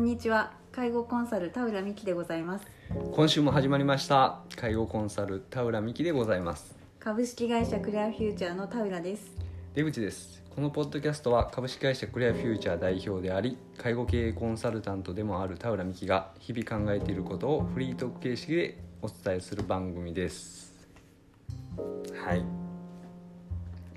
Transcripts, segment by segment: にちは介護コンサル田浦美希でございます今週も始まりました介護コンサル田浦美希でございます株式会社クレアフューチャーの田浦です出口ですこのポッドキャストは株式会社クレアフューチャー代表であり介護経営コンサルタントでもある田浦美希が日々考えていることをフリートーク形式でお伝えする番組ですはい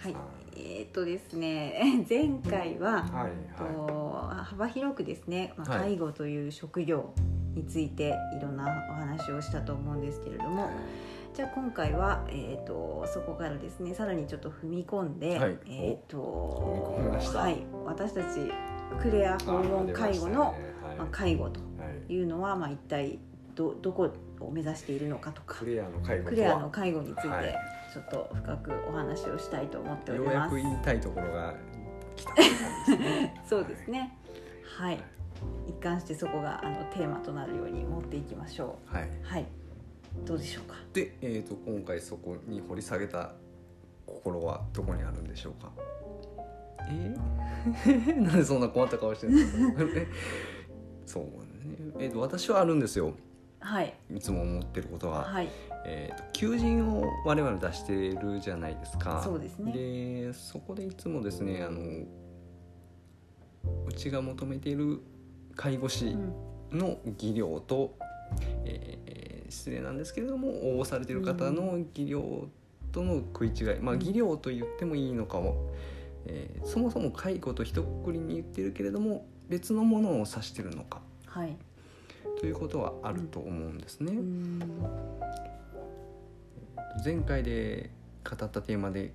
はいえーっとですね 前回は、はいはと幅広くですね、まあ、はい介護という職業についていろんなお話をしたと思うんですけれども、じゃあ今回は、えー、とそこからですねさらにちょっと踏み込んで、はいえー、と踏み込みましたはい、私たちクレア訪問介護の、まあ、あ介護と出ましたねはいはいいうのは、まあ、一体どどこを目指しているのかとかクレアの介護とはクレアの介護についてはいちょっと深くお話をしたいと思っておりようやます。く言いたいところが来たって感じです ねそうですねはい、はい一貫してそこがあのテーマとなるように持っていきましょ。はいうはいどうでしょうかで、えー、と今回そこに掘り下げた心はどこにあるんでしょうかえー なんでそんな困った顔して るんですかそうね、えー、と私はあるんですよはいいつも思ってることは、はいえー、と求人を我々出してるじゃないですかそうですねでそこでいつもですねあのうちが求めている介護士、うんの技量と、えー失礼なんですけれども応募されてる方の技量との食い違い、まうあん技量と言ってもいいのかも、えーそもそも介護と一括りに言ってるけれども別のものを指してるのかはいということはあると思うんですね。うーん前回で語ったテーマで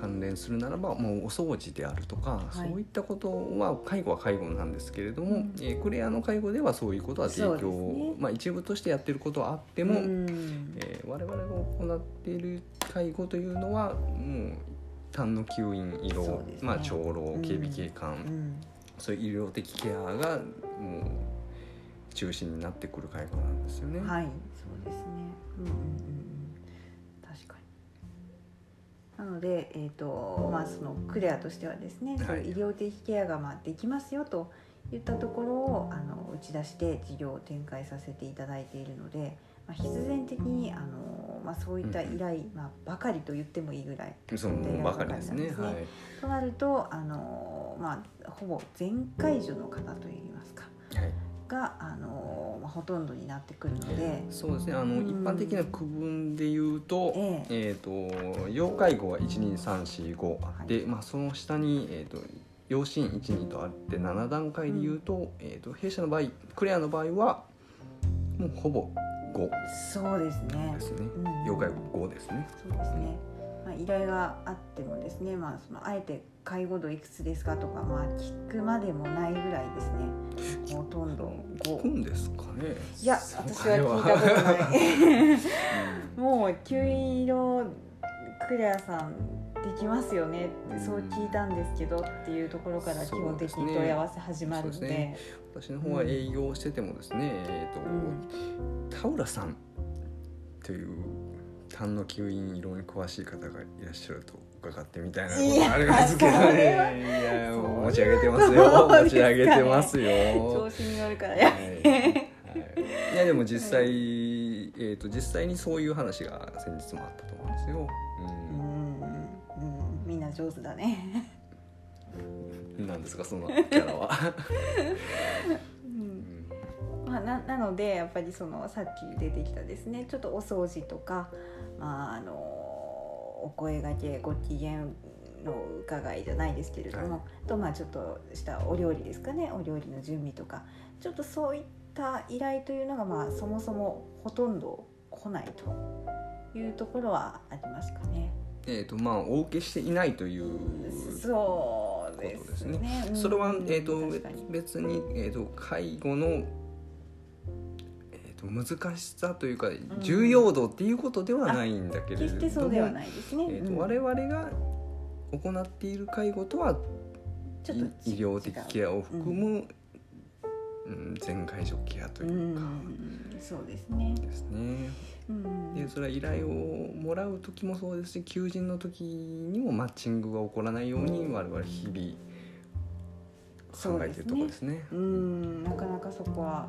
関連するならばもうお掃除であるとか、はいそういったことは介護は介護なんですけれども、うんえークレアの介護ではそういうことは提供そうですねまあ、一部としてやってることはあっでても、うんえー我々が行っている介護というのはもう痰の吸引医そ療、うですねまあ、長老警備警官、うんそういう医療的ケアがもう中心になってくる介護なんですよね。はい、そうですね。うんうんうんうん、確かに。なので、えっ、と、まあ、そのクレアとしてはですね、はいそういう医療的ケアがまあできますよと。言ったところをあの打ち出して事業を展開させていただいているので、まあ、必然的にあの、まあ、そういった依頼、まあ、ばかりと言ってもいいぐらいそのばかりですね。そうはなんいで、となるとあの、まあ、ほぼ全解除の方といいますかはいがあの、まあ、ほとんどになってくるので。そうですねあの、うん一般的な区分で言うと,、ええーと要介護は12345あって、まあ、その下に、えー、と要支援12とあって7段階で言うと,、えー、と弊社の場合クレアの場合はもうほぼ5そうですねで。すね、うん要介護5ですね。そうですね。まあ依頼があってもですね、まあそのあえて介護度いくつですかとかまあ聞くまでもないぐらいですね。ほとんど聞5。くんですかねいや、そ私れは聞いたこと ないい。 うんもう吸引色クレアさんできますよねってそう聞いたんですけどっていうところから基本的に問い合わせ始まるのそうですでね、私の方は営業しててもですね、えーとうん田浦さんという痰の吸引色に詳しい方がいらっしゃると伺ってみたいなことがありますけどいやねいそれやはもう持ち上げてますそうでよすかね持ち上げてますよ、調子に乗るからはいやめ。はいいやでも実際、えー、と実際にそういう話が先日もあったと思うんですよ、ううんんうんみんな上手だね。なんですかそのキャラは、 うんうんまあ、ななのでやっぱりそのさっき出てきたですねちょっとお掃除とか、まあ、あのお声がけご機嫌の伺いじゃないですけれども、はとまあちょっとしたお料理ですかねお料理の準備とかちょっとそういった依頼というのが、まあ、そもそもほとんど来ないというところはありますかね。えっとまあお受けしていないというそうでことですすねね。それは、うんえー、と確かに別に、えー、と介護の、えー、と難しさというか重要度っていうことではないんだけれ決してどそうも、ではないですね。えーとうん我々が行っている介護とはちょっとい医療的違うケアを含む、うん、全介助ケアとういうか。ん、そうですね。ですね、うん、でそれは依頼をもらう時もそうですし求人の時にもマッチングが起こらないように我々日々そう考えでてするねところですね。うんなかなかそこは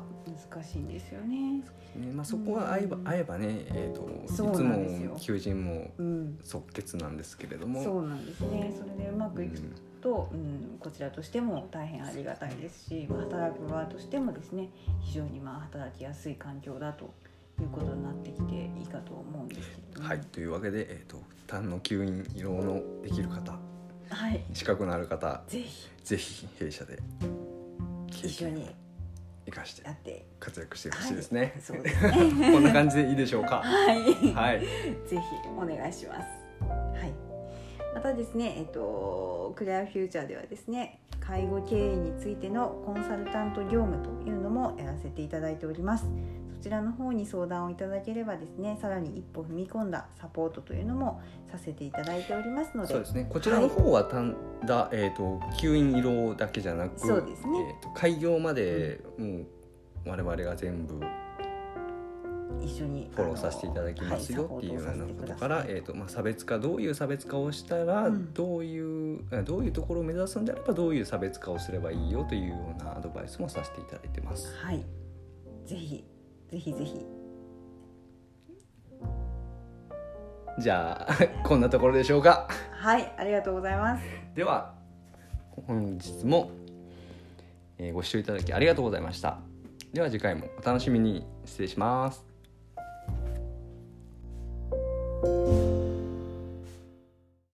難しいんですよね。ねまあ、そこは合えば,、うん合えばね、えー、といそつうなんですよも求人もうん、即決なんですけれどもそうなんですね。それでうまくいくうと、うん、こちらとしても大変ありがたいですし、まあ働く側としてもですね、非常にまあ働きやすい環境だということになってきていいかと思うんですけど、んね。はい、というわけで、えー、と痰の吸引色のできる方はい、資格のある方ぜひぜひ弊社で経一緒験をに生かしてやって、活躍してほしいですね。そうですね。 こんな感じでいいでしょう か。はい。はい、ぜひお願いします。はい。またですね、えっとクレアフューチャーではですね、介護経営についてのコンサルタント業務というのもやらせていただいております。そちらの方に相談をいただければですね、さらに一歩踏み込んだサポートというのもさせていただいておりますので、そうですね。こちらの方はたんだ、えっ、と吸引色だけじゃなく、そうですねえーと開業までもう我々が全部一緒にフォローさせていただきますよっていうようなことから、えーとまあ、差別化どういう差別化をしたらうんどういう、あどういうところを目指すんであればどういう差別化をすればいいよというようなアドバイスもさせていただいてます。はい、ぜひぜひぜひ。じゃあ こんなところでしょうか。はい、ありがとうございます。では本日も、えーご視聴いただきありがとうございました。では次回もお楽しみに失礼します。